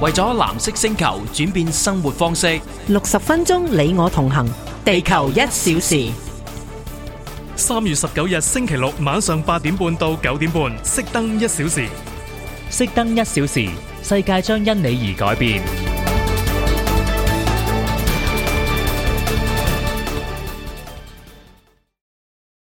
為咗藍色星球轉變生活方式，六十分鐘你我同行，地球一小時。三月十九日星期六晚上八點半到九點半，熄燈一小時。熄燈一小時，世界將因你而改變。